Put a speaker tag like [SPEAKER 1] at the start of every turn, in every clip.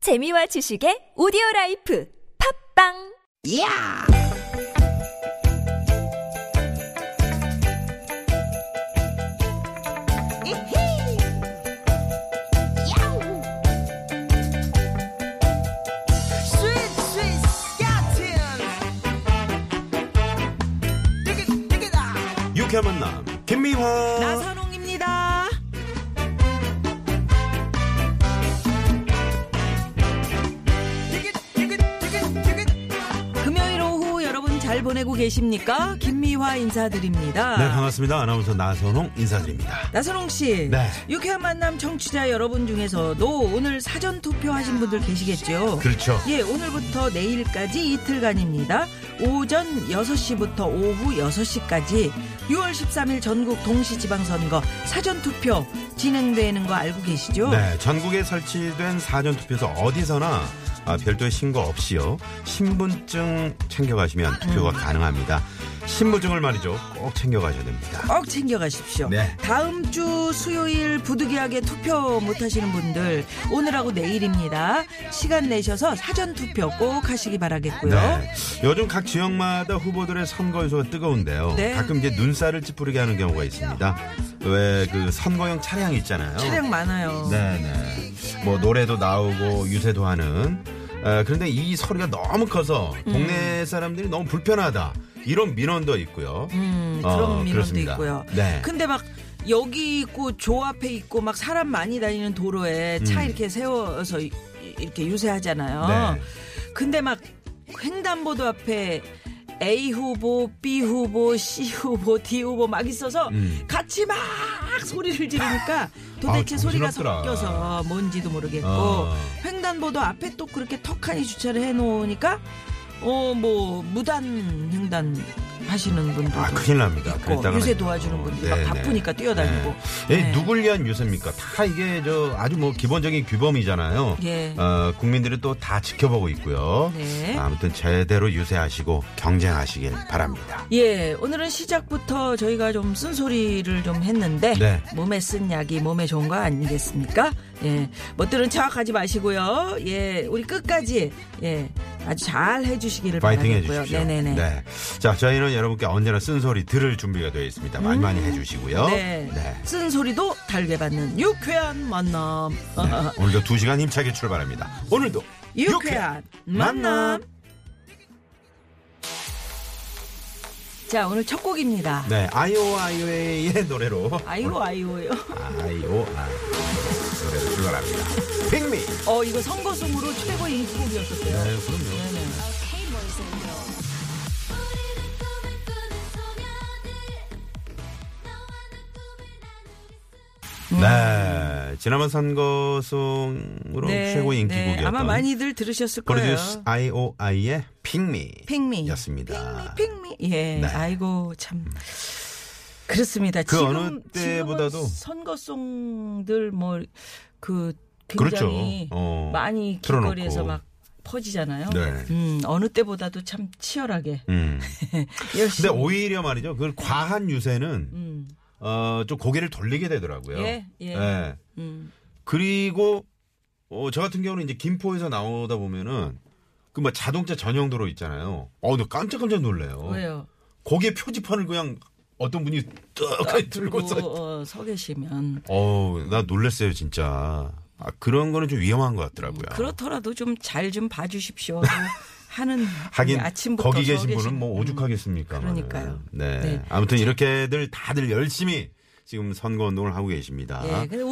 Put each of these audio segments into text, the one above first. [SPEAKER 1] 재미와 지식의 오디오 라이프 팝빵!
[SPEAKER 2] 이야! 이히! 야우! 스윗, 스윗, 스카틴! 띠깃, 띠깃아!
[SPEAKER 3] 유쾌한 만남 김미화
[SPEAKER 4] 나선홍입니다.
[SPEAKER 2] 띠깃, 띠깃, 띠깃, 띠깃!
[SPEAKER 4] 금요일 오후 여러분 잘 보내고 계십니까? 김미화 인사드립니다.
[SPEAKER 3] 네 반갑습니다 아나운서 나선홍 인사드립니다
[SPEAKER 4] 나선홍 씨,
[SPEAKER 3] 네.
[SPEAKER 4] 유쾌한 만남 청취자 여러분 중에서도 오늘 사전 투표하신 분들 계시겠죠?
[SPEAKER 3] 그렇죠
[SPEAKER 4] 예, 오늘부터 내일까지 이틀간입니다. 오전 6시부터 오후 6시까지 6월 13일 전국 동시지방선거 사전투표 진행되는 거 알고 계시죠?
[SPEAKER 3] 네 전국에 설치된 사전투표소 어디서나 아, 별도의 신고 없이요 신분증 챙겨가시면 투표가
[SPEAKER 4] 음.
[SPEAKER 3] 가능합니다 신분증을 말이죠 꼭 챙겨가셔야 됩니다
[SPEAKER 4] 꼭 챙겨가십시오.
[SPEAKER 3] 네.
[SPEAKER 4] 다음 주 수요일 부득이하게 투표 못하시는 분들 오늘하고 내일입니다. 시간 내셔서 사전 투표 꼭 하시기 바라겠고요.
[SPEAKER 3] 네. 요즘 각 지역마다 후보들의 선거 유소가 뜨거운데요.
[SPEAKER 4] 네.
[SPEAKER 3] 가끔 이제 눈살을 찌푸리게 하는 경우가 있습니다. 왜 그 선거용 차량 있잖아요.
[SPEAKER 4] 차량 많아요.
[SPEAKER 3] 네네. 뭐 노래도 나오고 유세도 하는. 에, 그런데 이 소리가 너무 커서 동네 사람들이 너무 불편하다. 이런 민원도 있고요.
[SPEAKER 4] 음,
[SPEAKER 3] 어,
[SPEAKER 4] 그런 민원도
[SPEAKER 3] 그렇습니다.
[SPEAKER 4] 있고요.
[SPEAKER 3] 네.
[SPEAKER 4] 근데 막 여기 있고 조 앞에 있고 막 사람 많이 다니는 도로에 차 이렇게 세워서 이- 이렇게 유세하잖아요.
[SPEAKER 3] 음. 네.
[SPEAKER 4] 근데 막 횡단보도 앞에 A 후보, B 후보, C 후보, D 후보 막 있어서
[SPEAKER 3] 음.
[SPEAKER 4] 같이 막 소리를 지르니까 도대체
[SPEAKER 3] 아,
[SPEAKER 4] 소리가
[SPEAKER 3] 정신없더라.
[SPEAKER 4] 섞여서 뭔지도 모르겠고
[SPEAKER 3] 어.
[SPEAKER 4] 횡단보도 앞에 또 그렇게 턱하니 주차를 해놓으니까 어 뭐 무단 횡단 하시는 분들도
[SPEAKER 3] 아, 큰일 납니다.
[SPEAKER 4] 있고,
[SPEAKER 3] 그랬다가는-
[SPEAKER 4] 유세 도와주는
[SPEAKER 3] 어,
[SPEAKER 4] 분들이
[SPEAKER 3] 네네.
[SPEAKER 4] 막 바쁘니까 뛰어다니고
[SPEAKER 3] 네. 예,
[SPEAKER 4] 네.
[SPEAKER 3] 누굴 위한 유세입니까? 다 이게 저 아주 뭐 기본적인 규범이잖아요.
[SPEAKER 4] 예.
[SPEAKER 3] 어, 국민들이 또 다 지켜보고 있고요.
[SPEAKER 4] 네.
[SPEAKER 3] 아무튼 제대로 유세하시고 경쟁하시길 바랍니다.
[SPEAKER 4] 예, 오늘은 시작부터 저희가 좀 쓴소리를 좀 했는데
[SPEAKER 3] 네.
[SPEAKER 4] 몸에 쓴 약이 몸에 좋은 거 아니겠습니까? 예, 멋들은 척하지 마시고요. 예, 우리 끝까지 예 아주 잘 해주시기를
[SPEAKER 3] 파이팅
[SPEAKER 4] 바라겠고요.
[SPEAKER 3] 해주십시오.
[SPEAKER 4] 네네네.
[SPEAKER 3] 네. 자, 저희는 여러분께 언제나 쓴소리 들을 준비가 되어 있습니다. 많이 많이 해주시고요.
[SPEAKER 4] 음, 네.
[SPEAKER 3] 네.
[SPEAKER 4] 쓴소리도 달게 받는 유쾌한 만남.
[SPEAKER 3] 네, 오늘도 두 시간 힘차게 출발합니다. 오늘도
[SPEAKER 4] 유쾌한 만남. 자, 오늘 첫 곡입니다.
[SPEAKER 3] 네, 아이오 아이오의 노래로
[SPEAKER 4] 아이오, 아이오요.
[SPEAKER 3] 아이오 아 노래로 출발합니다. 핑미. 네,
[SPEAKER 4] 어, 이거 선거송으로 최고 인기곡이었었어요.
[SPEAKER 3] 그럼요.
[SPEAKER 4] 네네.
[SPEAKER 3] 네, 지난번 선거송으로
[SPEAKER 4] 네,
[SPEAKER 3] 최고
[SPEAKER 4] 네,
[SPEAKER 3] 인기곡이었던
[SPEAKER 4] 아마 많이들 들으셨을 거예요.
[SPEAKER 3] 프로듀스 아이오 아이의 핑미.
[SPEAKER 4] 핑미.
[SPEAKER 3] 였습니다.
[SPEAKER 4] 핑미, 핑미. 예.
[SPEAKER 3] 네.
[SPEAKER 4] 아이고, 참. 그렇습니다.
[SPEAKER 3] 그
[SPEAKER 4] 지금,
[SPEAKER 3] 어느 때보다도-
[SPEAKER 4] 지금은 선거송들 뭐 그
[SPEAKER 3] 그렇죠.
[SPEAKER 4] 굉장히
[SPEAKER 3] 어,
[SPEAKER 4] 많이
[SPEAKER 3] 틀어놓고.
[SPEAKER 4] 길거리에서 막 퍼지잖아요.
[SPEAKER 3] 네.
[SPEAKER 4] 음, 어느 때보다도 참 치열하게
[SPEAKER 3] 음. 근데 어,
[SPEAKER 4] 열심히.
[SPEAKER 3] 오히려 말이죠. 그 과한 유세는
[SPEAKER 4] 음,
[SPEAKER 3] 어, 좀 고개를 돌리게 되더라고요.
[SPEAKER 4] 예, 예.
[SPEAKER 3] 예.
[SPEAKER 4] 음.
[SPEAKER 3] 그리고 어, 저 같은 경우는 이제 김포에서 나오다 보면은 그 뭐 자동차 전용 도로 있잖아요. 어, 나 깜짝깜짝 놀래요.
[SPEAKER 4] 왜요?
[SPEAKER 3] 거기에 표지판을 그냥 어떤 분이 뚝 들고서
[SPEAKER 4] 그리고, 어, 서 계시면
[SPEAKER 3] 어우, 나 놀랬어요, 진짜. 아, 그런 거는 좀 위험한 것 같더라고요.
[SPEAKER 4] 그렇죠. 그렇더라도 좀 잘 좀 봐주십시오. 하는
[SPEAKER 3] 하긴
[SPEAKER 4] 네, 아침부터
[SPEAKER 3] 거기
[SPEAKER 4] 서
[SPEAKER 3] 계신 분은
[SPEAKER 4] 계신- 음,
[SPEAKER 3] 뭐 오죽하겠습니까?
[SPEAKER 4] 그러니까요.
[SPEAKER 3] 네.
[SPEAKER 4] 네.
[SPEAKER 3] 아무튼 이렇게들 다들 열심히 지금 선거 운동을 하고 계십니다.
[SPEAKER 4] 예, 근데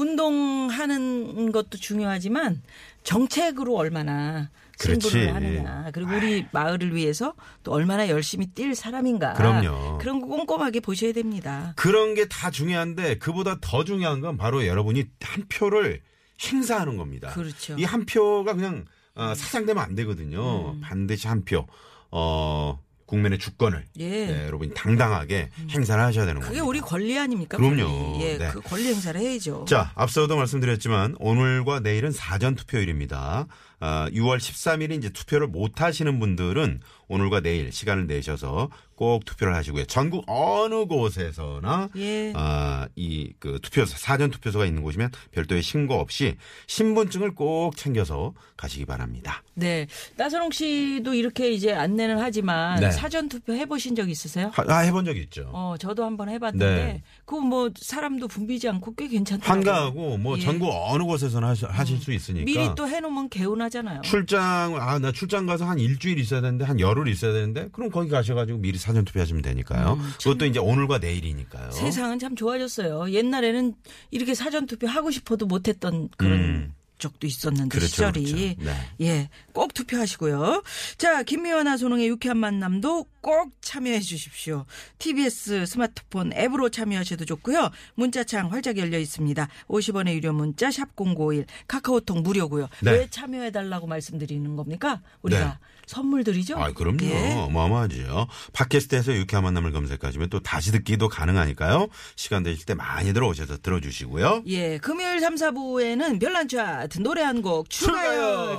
[SPEAKER 4] 운동하는 것도 중요하지만 정책으로 얼마나 승부를
[SPEAKER 3] 그렇지. 예.
[SPEAKER 4] 하느냐 그리고 우리 마을을 위해서 또 얼마나 열심히 뛸 사람인가
[SPEAKER 3] 그럼요.
[SPEAKER 4] 런거 꼼꼼하게 보셔야 됩니다.
[SPEAKER 3] 그런 게 다 중요한데 그보다 더 중요한 건 바로 여러분이 한 표를 행사하는 겁니다.
[SPEAKER 4] 그렇죠.
[SPEAKER 3] 이
[SPEAKER 4] 음.
[SPEAKER 3] 한 표가 그냥 어, 사장되면 안 되거든요. 반드시 한 표. 어, 국민의 주권을
[SPEAKER 4] 예. 음.
[SPEAKER 3] 네, 여러분이 당당하게 행사를 하셔야 되는
[SPEAKER 4] 그게
[SPEAKER 3] 겁니다.
[SPEAKER 4] 우리 권리 아닙니까?
[SPEAKER 3] 그럼요.
[SPEAKER 4] 권리. 예,
[SPEAKER 3] 네.
[SPEAKER 4] 그 권리 행사를 해야죠.
[SPEAKER 3] 자, 앞서도 말씀드렸지만 오늘과 내일은 사전 투표일입니다. 아, 6월 13일이 이제 투표를 못 하시는 분들은 오늘과 내일 시간을 내셔서 꼭 투표를 하시고요. 전국 어느 곳에서나
[SPEAKER 4] 예.
[SPEAKER 3] 아, 이 그 투표소 사전 투표소가 있는 곳이면 별도의 신고 없이 신분증을 꼭 챙겨서 가시기 바랍니다.
[SPEAKER 4] 네. 나선홍 씨도 이렇게 이제 안내는 하지만
[SPEAKER 3] 네.
[SPEAKER 4] 사전 투표 해보신 적 있으세요?
[SPEAKER 3] 하- 아, 해본 적 있죠.
[SPEAKER 4] 어, 저도 한번 해봤는데
[SPEAKER 3] 네.
[SPEAKER 4] 그 뭐 사람도 붐비지 않고 꽤 괜찮더라고요.
[SPEAKER 3] 한가하고 뭐
[SPEAKER 4] 예.
[SPEAKER 3] 전국 어느 곳에서나 하시- 하실 수 있으니까
[SPEAKER 4] 미리 또 해놓으면 개운하잖아요.
[SPEAKER 3] 출장 아 나 출장 가서 한 일주일 있어야 되는데 한 열흘 있어야 되는데 그럼 거기 가셔가지고 미리 사전 투표하시면 되니까요. 그것도 이제 오늘과 내일이니까요.
[SPEAKER 4] 음, 세상은 참 좋아졌어요. 옛날에는 이렇게 사전 투표 하고 싶어도 못했던 그런 적도 있었는데
[SPEAKER 3] 음. 그렇죠,
[SPEAKER 4] 시절이
[SPEAKER 3] 그렇죠. 네.
[SPEAKER 4] 예, 꼭 투표하시고요. 자, 김미화나 소롱의 유쾌한 만남도 꼭 참여해 주십시오. TBS 스마트폰 앱으로 참여하셔도 좋고요. 문자창 활짝 열려 있습니다. 50원의 유료 문자 샵 #051 카카오톡 무료고요.
[SPEAKER 3] 네.
[SPEAKER 4] 왜 참여해 달라고 말씀드리는 겁니까? 우리가
[SPEAKER 3] 네.
[SPEAKER 4] 선물 드리죠.
[SPEAKER 3] 아 그럼요.
[SPEAKER 4] 예.
[SPEAKER 3] 어마어마하지요. 팟캐스트에서 유쾌한 만남을 검색하시면 또 다시 듣기도 가능하니까요. 시간 되실 때 많이 들어오셔서 들어주시고요.
[SPEAKER 4] 예, 금요일 3, 4부에는 별난 차트 노래 한 곡 추가열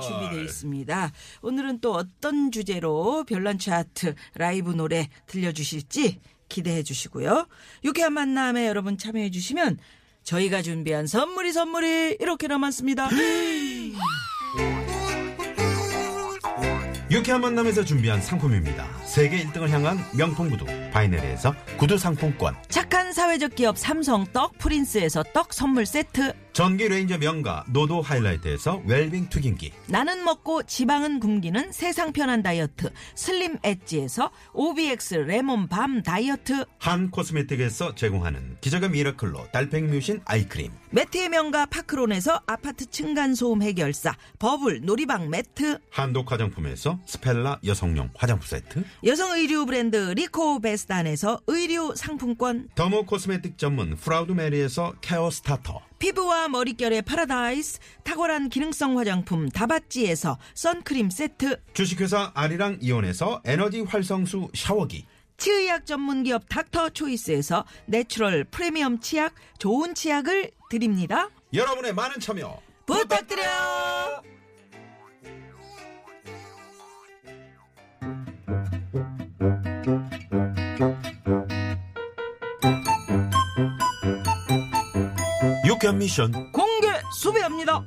[SPEAKER 3] 추가열!
[SPEAKER 4] 준비되어 있습니다. 오늘은 또 어떤 주제로 별난 차트 라이브 노래 들려주실지 기대해 주시고요. 유쾌한 만남에 여러분 참여해 주시면 저희가 준비한 선물이 선물이 이렇게나 많습니다.
[SPEAKER 3] 네. 유쾌한 만남에서 준비한 상품입니다. 세계 1등을 향한 명품 구두 바이네리에서 구두 상품권
[SPEAKER 4] 착한 사회적 기업 삼성 떡 프린스에서 떡 선물 세트
[SPEAKER 3] 전기 레인저 명가 노도 하이라이트에서 웰빙 튀김기
[SPEAKER 4] 나는 먹고 지방은 굶기는 세상 편한 다이어트 슬림 엣지에서 OBX 레몬 밤 다이어트
[SPEAKER 3] 한 코스메틱에서 제공하는 기적의 미라클로 달팽이 뮤신 아이크림
[SPEAKER 4] 매트의 명가 파크론에서 아파트 층간소음 해결사 버블 놀이방 매트
[SPEAKER 3] 한독 화장품에서 스펠라 여성용 화장품 세트
[SPEAKER 4] 여성 의류 브랜드 리코베스단에서 의류 상품권
[SPEAKER 3] 더모 코스메틱 전문 프라우드 메리에서 케어 스타터
[SPEAKER 4] 피부와 머릿결의 파라다이스 탁월한 기능성 화장품 다바찌에서 선크림 세트
[SPEAKER 3] 주식회사 아리랑 이온에서 에너지 활성수 샤워기
[SPEAKER 4] 치의학 전문기업 닥터초이스에서 내추럴 프리미엄 치약 좋은 치약을 드립니다
[SPEAKER 3] 여러분의 많은 참여
[SPEAKER 4] 부탁드려요
[SPEAKER 3] 유쾌한 미션
[SPEAKER 4] 공개 수배합니다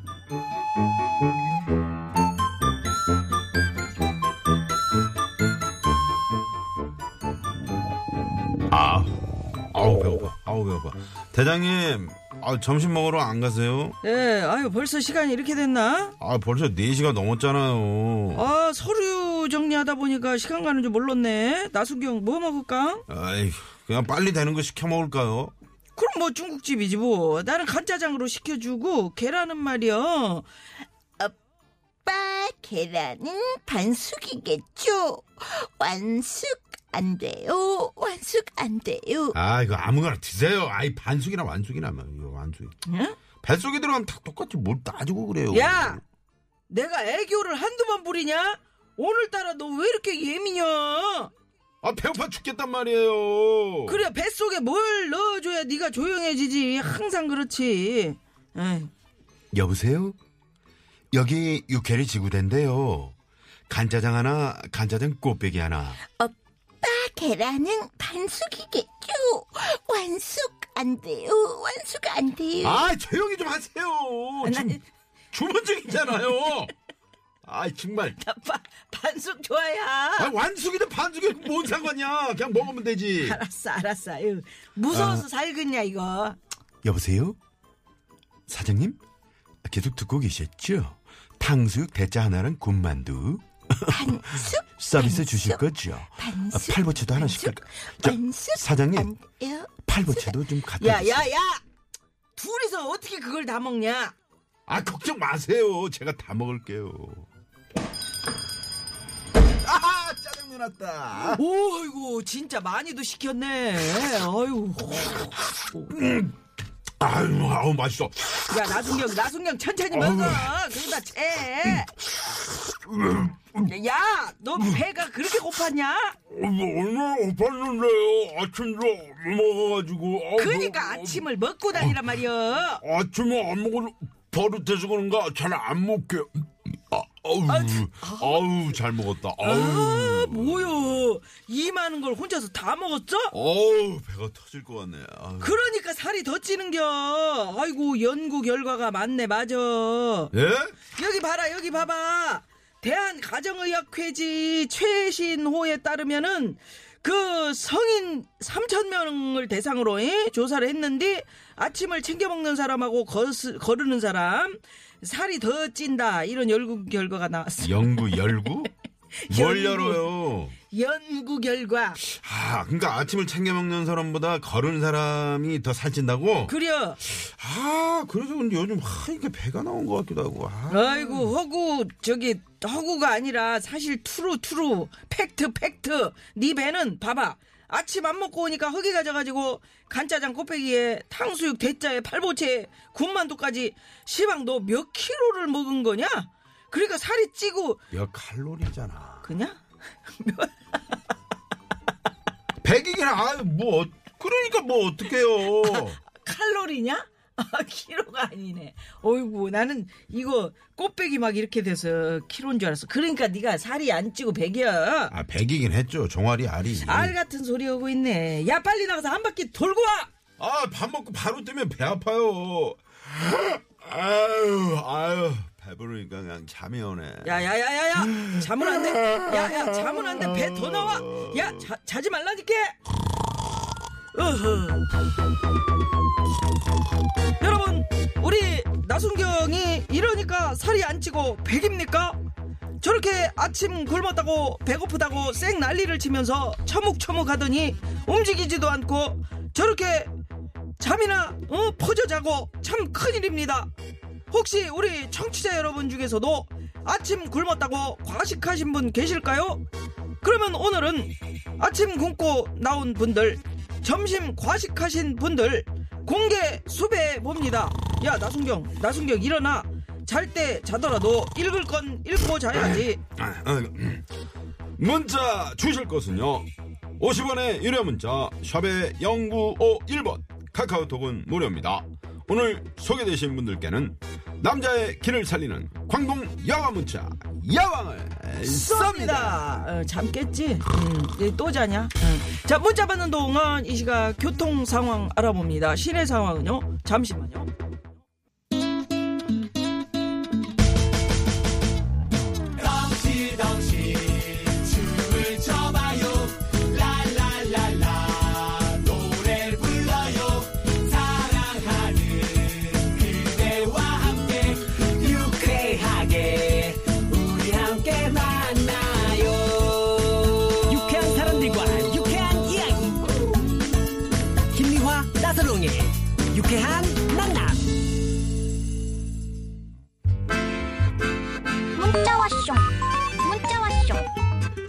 [SPEAKER 3] 아 아우 배고파 아우 배고파 대장님 아, 점심 먹으러 안 가세요?
[SPEAKER 4] 예, 아유 벌써 시간이 이렇게 됐나?
[SPEAKER 3] 아 벌써 4시가 넘었잖아요
[SPEAKER 4] 아 서류 정리하다 보니까 시간 가는 줄 몰랐네. 나순경 뭐 먹을까?
[SPEAKER 3] 아이 그냥 빨리 되는 거 시켜 먹을까요?
[SPEAKER 4] 그럼 뭐 중국집이지 뭐. 나는 간짜장으로 시켜주고 계란은 말이야.
[SPEAKER 5] 오빠 계란은 반숙이겠죠? 완숙 안 돼요. 완숙 안 돼요.
[SPEAKER 3] 아 이거 아무거나 드세요. 아이 반숙이나 완숙이나 뭐, 이거 완숙이.
[SPEAKER 4] 응?
[SPEAKER 3] 뱃속에 들어가면 다 똑같이 뭘 따지고 그래요.
[SPEAKER 4] 야, 내가 애교를 한두 번 부리냐? 오늘따라 너 왜 이렇게 예민해?
[SPEAKER 3] 아 배고파 죽겠단 말이에요.
[SPEAKER 4] 그래 뱃속에 뭘 넣어줘야 네가 조용해지지. 항상 그렇지. 에이.
[SPEAKER 3] 여보세요. 여기 육회리 지구대인데요. 간짜장 하나, 간짜장 꽃배기 하나.
[SPEAKER 5] 오빠 계란은 반숙이겠죠? 완숙 안 돼요. 완숙 안
[SPEAKER 4] 예.
[SPEAKER 5] 돼요.
[SPEAKER 3] 아 조용히 좀 하세요.
[SPEAKER 4] 아,
[SPEAKER 3] 지금 주문 중이잖아요. 아 정말.
[SPEAKER 4] 나 바- 반숙 좋아야.
[SPEAKER 3] 아, 완숙이든 반숙이든 뭔 상관이야. 그냥 먹으면 되지.
[SPEAKER 4] 알았어, 알았어. 아유, 무서워서 살겠냐, 이거.
[SPEAKER 3] 여보세요? 사장님? 계속 듣고 계셨죠? 탕수육 대짜 하나랑 군만두
[SPEAKER 5] 반숙
[SPEAKER 3] 서비스
[SPEAKER 5] 반숙,
[SPEAKER 3] 주실 거죠?
[SPEAKER 5] 반숙,
[SPEAKER 3] 아, 팔보채도 하나
[SPEAKER 5] 반숙,
[SPEAKER 3] 시킬까? 자,
[SPEAKER 5] 반숙 안
[SPEAKER 3] 사장님,
[SPEAKER 5] 돼요.
[SPEAKER 3] 팔보채도 좀 갖다
[SPEAKER 4] 야,
[SPEAKER 3] 주세요.
[SPEAKER 4] 야, 야! 둘이서 어떻게 그걸 다 먹냐?
[SPEAKER 3] 아, 걱정 마세요. 제가 다 먹을게요. 아, 짜장면 왔다.
[SPEAKER 4] 오, 아이고, 진짜 많이도 시켰네. 아유.
[SPEAKER 3] 아유, 아우, 맛있어.
[SPEAKER 4] 야, 나순경, 나순경, 천천히 먹어. 그러다 채. 야, 너 배가 그렇게 고팠냐?
[SPEAKER 3] 어, 오늘 오팠는데요. 아침도 안 먹어가지고. 아, 뭐,
[SPEAKER 4] 그러니까 아침을 먹고 다니란 말이야.
[SPEAKER 3] 어, 아침에 안 먹어서 버릇해서 그런가 잘 안 먹게. 아, 아우, 아우, 잘 먹었다.
[SPEAKER 4] 아,
[SPEAKER 3] 아우,
[SPEAKER 4] 뭐요? 이 많은 걸 혼자서 다 먹었어?
[SPEAKER 3] 아우, 배가 터질 것 같네. 아우.
[SPEAKER 4] 그러니까 살이 더 찌는겨. 아이고 연구 결과가 맞네 맞아.
[SPEAKER 3] 예?
[SPEAKER 4] 여기 봐라 여기 봐봐 대한 가정의학회지 최신호에 따르면은 그 성인 3천 명을 대상으로 예, 조사를 했는데 아침을 챙겨 먹는 사람하고 거스, 거르는 사람 살이 더 찐다 이런 연구 결과가 나왔어.
[SPEAKER 3] 영구 열구? 뭘
[SPEAKER 4] 열구.
[SPEAKER 3] 열어요?
[SPEAKER 4] 연구 결과
[SPEAKER 3] 아, 그러니까 아침을 챙겨 먹는 사람보다 걸은 사람이 더 살찐다고?
[SPEAKER 4] 그려
[SPEAKER 3] 아, 그래서 근데 요즘 하, 이게 배가 나온 것 같기도 하고. 아.
[SPEAKER 4] 아이고 허구 저기 허구가 아니라 사실 투루 투루 팩트 팩트 네 배는 봐봐 아침 안 먹고 오니까 허기 가져가지고 간짜장 꼬빼기에 탕수육 대짜에 팔보채에 군만두까지 시방 너 몇 킬로를 먹은 거냐? 그러니까 살이 찌고
[SPEAKER 3] 몇 칼로리잖아.
[SPEAKER 4] 그냥
[SPEAKER 3] 백이긴 아뭐 그러니까 뭐 어떡해요.
[SPEAKER 4] 칼로리냐? 아 키로가 아니네. 어이구 나는 이거 꼬빼기 막 이렇게 돼서 키로인 줄 알았어. 그러니까 네가 살이 안 찌고 백이야.
[SPEAKER 3] 아 백이긴 했죠. 종아리 알이.
[SPEAKER 4] 알 같은 소리 하고 있네. 야 빨리 나가서 한 바퀴 돌고 와.
[SPEAKER 3] 아밥 먹고 바로 뜨면 배 아파요. 아, 아유 아유 배부르니까 그냥 잠이 오네.
[SPEAKER 4] 야야야야야 잠은 안 돼. 야야 잠은 안 돼. 배 더 나와. 야 자, 자지 말라니까. 어허. 여러분 우리 나순경이 이러니까 살이 안 찌고 백입니까? 저렇게 아침 굶었다고 배고프다고 쌩 난리를 치면서 처묵처묵 하더니 움직이지도 않고 저렇게 잠이나 어, 퍼져 자고 참 큰일입니다. 혹시 우리 청취자 여러분 중에서도 아침 굶었다고 과식하신 분 계실까요? 그러면 오늘은 아침 굶고 나온 분들, 점심 과식하신 분들 공개 수배해 봅니다. 야, 나순경, 나순경 일어나. 잘 때 자더라도 읽을 건 읽고 자야지.
[SPEAKER 3] 아, 아, 음. 문자 주실 것은요. 50원의 유료 문자 샵의 0951번 카카오톡은 무료입니다. 오늘 소개되신 분들께는 남자의 길을 살리는 광동 야왕 문자 야왕을 쏩니다.
[SPEAKER 4] 쏩니다. 어, 잠 깼지? 음, 이제 또 자냐? 음. 자, 문자 받는 동안 이 시각 교통 상황 알아봅니다. 시내 상황은요? 잠시만요.
[SPEAKER 6] 유쾌한 사람들과 유쾌한 이야기 김미화 나서롱의 유쾌한 만남
[SPEAKER 7] 문자 왔쇼 문자 왔쇼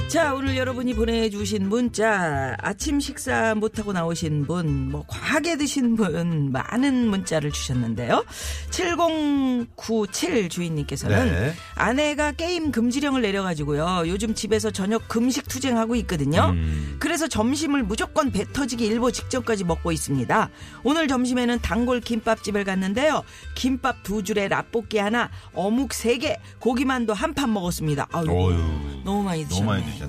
[SPEAKER 4] 자, 오늘 여러분이 보내주신 문자, 아침 식사 못하고 나오신 분, 뭐, 과하게 드신 분, 많은 문자를 주셨는데요. 7097 주인님께서는
[SPEAKER 3] 네.
[SPEAKER 4] 아내가 게임 금지령을 내려가지고요. 요즘 집에서 저녁 금식 투쟁하고 있거든요.
[SPEAKER 3] 음.
[SPEAKER 4] 그래서 점심을 무조건 배 터지기 일보 직전까지 먹고 있습니다. 오늘 점심에는 단골 김밥집을 갔는데요. 김밥 두 줄에 라볶이 하나, 어묵 세 개, 고기만두 한 판 먹었습니다. 아유,
[SPEAKER 3] 어휴.
[SPEAKER 4] 너무 많이 드셨네.
[SPEAKER 3] 너무 많이 드셨네.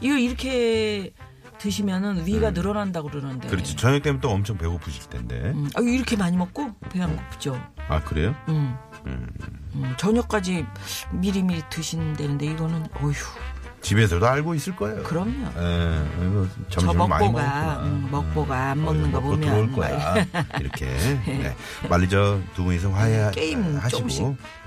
[SPEAKER 4] 이거 이렇게 드시면은 위가 늘어난다고 그러는데.
[SPEAKER 3] 음. 그렇지. 저녁 되면 또 엄청 배고프실 텐데.
[SPEAKER 4] 음, 아유, 이렇게 많이 먹고 배 안 고프죠.
[SPEAKER 3] 아, 그래요?
[SPEAKER 4] 음. 음, 저녁까지 미리미리 드신다는데 이거는 어휴.
[SPEAKER 3] 집에서도 알고 있을 거예요.
[SPEAKER 4] 그럼요.
[SPEAKER 3] 예, 이거
[SPEAKER 4] 저
[SPEAKER 3] 점심을 많이
[SPEAKER 4] 먹보가
[SPEAKER 3] 먹었구나.
[SPEAKER 4] 음, 먹보가 안
[SPEAKER 3] 어,
[SPEAKER 4] 먹는 거
[SPEAKER 3] 먹고
[SPEAKER 4] 보면
[SPEAKER 3] 들어올 거야. 이렇게. 네. 빨리 저 두 분이서 화해
[SPEAKER 4] 음,
[SPEAKER 3] 네,
[SPEAKER 4] 게임
[SPEAKER 3] 아, 하시고.
[SPEAKER 4] 조금씩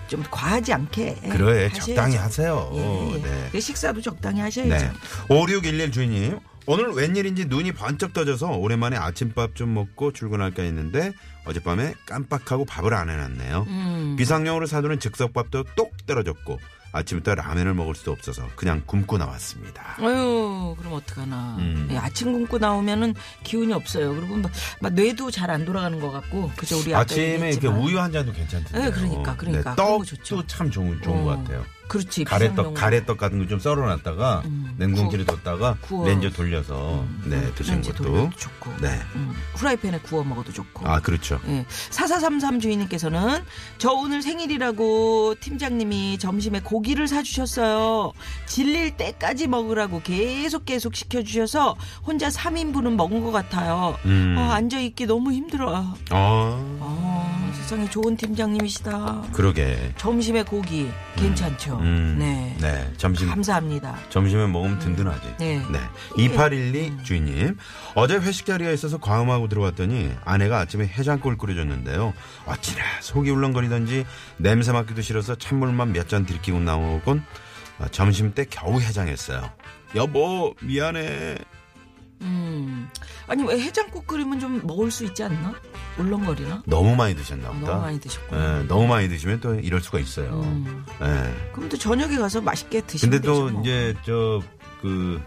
[SPEAKER 4] 좀 과하지 않게
[SPEAKER 3] 그래,
[SPEAKER 4] 하셔야죠.
[SPEAKER 3] 적당히 하세요.
[SPEAKER 4] 예, 그렇죠. 예.
[SPEAKER 3] 네.
[SPEAKER 4] 그 식사도 적당히 하셔야죠.
[SPEAKER 3] 네. 5611 주인님. 오늘 웬일인지 눈이 번쩍 떠져서 오랜만에 아침밥 좀 먹고 출근할까 했는데 어젯밤에 깜빡하고 밥을 안 해놨네요.
[SPEAKER 4] 음.
[SPEAKER 3] 비상용으로 사두는 즉석밥도 똑 떨어졌고 아침부터 라면을 먹을 수도 없어서 그냥 굶고 나왔습니다.
[SPEAKER 4] 어휴, 그럼 어떡하나.
[SPEAKER 3] 음.
[SPEAKER 4] 예, 아침 굶고 나오면은 기운이 없어요. 그리고 막, 막 뇌도 잘 안 돌아가는 것 같고. 그죠, 우리 아까
[SPEAKER 3] 아침에 이렇게
[SPEAKER 4] 얘기했지만.
[SPEAKER 3] 우유 한 잔도 괜찮던데.
[SPEAKER 4] 네, 그러니까, 그러니까. 그런 거
[SPEAKER 3] 떡도
[SPEAKER 4] 좋죠.
[SPEAKER 3] 참 좋은 좋은
[SPEAKER 4] 어.
[SPEAKER 3] 것 같아요.
[SPEAKER 4] 그렇지.
[SPEAKER 3] 가래떡,
[SPEAKER 4] 비상용으로.
[SPEAKER 3] 가래떡 같은 거 좀 썰어놨다가 냉동실에 뒀다가
[SPEAKER 4] 음, 구워. 음,
[SPEAKER 3] 렌즈 돌려서 네 드시는
[SPEAKER 4] 렌즈
[SPEAKER 3] 것도
[SPEAKER 4] 돌려도 좋고.
[SPEAKER 3] 네.
[SPEAKER 4] 음, 후라이팬에 구워 먹어도 좋고.
[SPEAKER 3] 아 그렇죠.
[SPEAKER 4] 예. 4433 주인님께서는 저 오늘 생일이라고 팀장님이 점심에 고기를 사주셨어요. 질릴 때까지 먹으라고 계속 계속 시켜주셔서 혼자 3인분은 먹은 것 같아요.
[SPEAKER 3] 음.
[SPEAKER 4] 어, 앉아있기 너무 힘들어요.
[SPEAKER 3] 어
[SPEAKER 4] 어, 세상에 좋은 팀장님이시다.
[SPEAKER 3] 그러게.
[SPEAKER 4] 점심에 고기 괜찮죠?
[SPEAKER 3] 음.
[SPEAKER 4] 네.
[SPEAKER 3] 네. 점심
[SPEAKER 4] 감사합니다.
[SPEAKER 3] 점심에 먹으면 든든하지.
[SPEAKER 4] 네.
[SPEAKER 3] 2812 주인님. 어제 회식 자리에 있어서 과음하고 들어왔더니 아내가 아침에 해장국을 끓여줬는데요. 어찌나 속이 울렁거리던지 냄새 맡기도 싫어서 찬물만 몇 잔 들키고 나오곤 아, 점심 때 겨우 해장했어요. 여보, 미안해.
[SPEAKER 4] 음. 아니 왜 해장국 끓이면 좀 먹을 수 있지 않나? 울렁거리나?
[SPEAKER 3] 너무 많이 드셨나 보다.
[SPEAKER 4] 너무 많이 드셨구나.
[SPEAKER 3] 예, 너무 많이 드시면 또 이럴 수가 있어요.
[SPEAKER 4] 음.
[SPEAKER 3] 예.
[SPEAKER 4] 그럼 또 저녁에 가서 맛있게 드시면
[SPEAKER 3] 근데 또
[SPEAKER 4] 되죠, 뭐.
[SPEAKER 3] 이제 저 그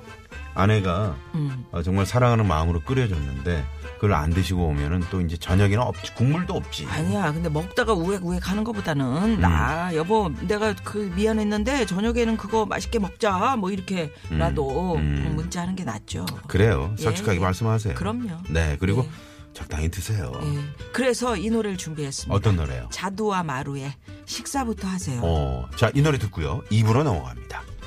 [SPEAKER 3] 아내가
[SPEAKER 4] 음.
[SPEAKER 3] 아, 정말 사랑하는 마음으로 끓여줬는데 그걸 안 드시고 오면은 또 이제 저녁에는 없지 국물도 없지.
[SPEAKER 4] 아니야. 근데 먹다가 우액우액 하는 것보다는
[SPEAKER 3] 음.
[SPEAKER 4] 나 여보 내가 그 미안했는데 저녁에는 그거 맛있게 먹자. 뭐 이렇게라도
[SPEAKER 3] 음.
[SPEAKER 4] 그냥 문자 하는 게 낫죠.
[SPEAKER 3] 그래요.
[SPEAKER 4] 예,
[SPEAKER 3] 솔직하게
[SPEAKER 4] 예.
[SPEAKER 3] 말씀하세요.
[SPEAKER 4] 그럼요.
[SPEAKER 3] 네 그리고
[SPEAKER 4] 예.
[SPEAKER 3] 적당히 드세요.
[SPEAKER 4] 예. 그래서 이 노래를 준비했습니다.
[SPEAKER 3] 어떤 노래요?
[SPEAKER 4] 자두와 마루의 식사부터 하세요.
[SPEAKER 3] 어, 자 이 노래 듣고요. 입으로 넘어갑니다.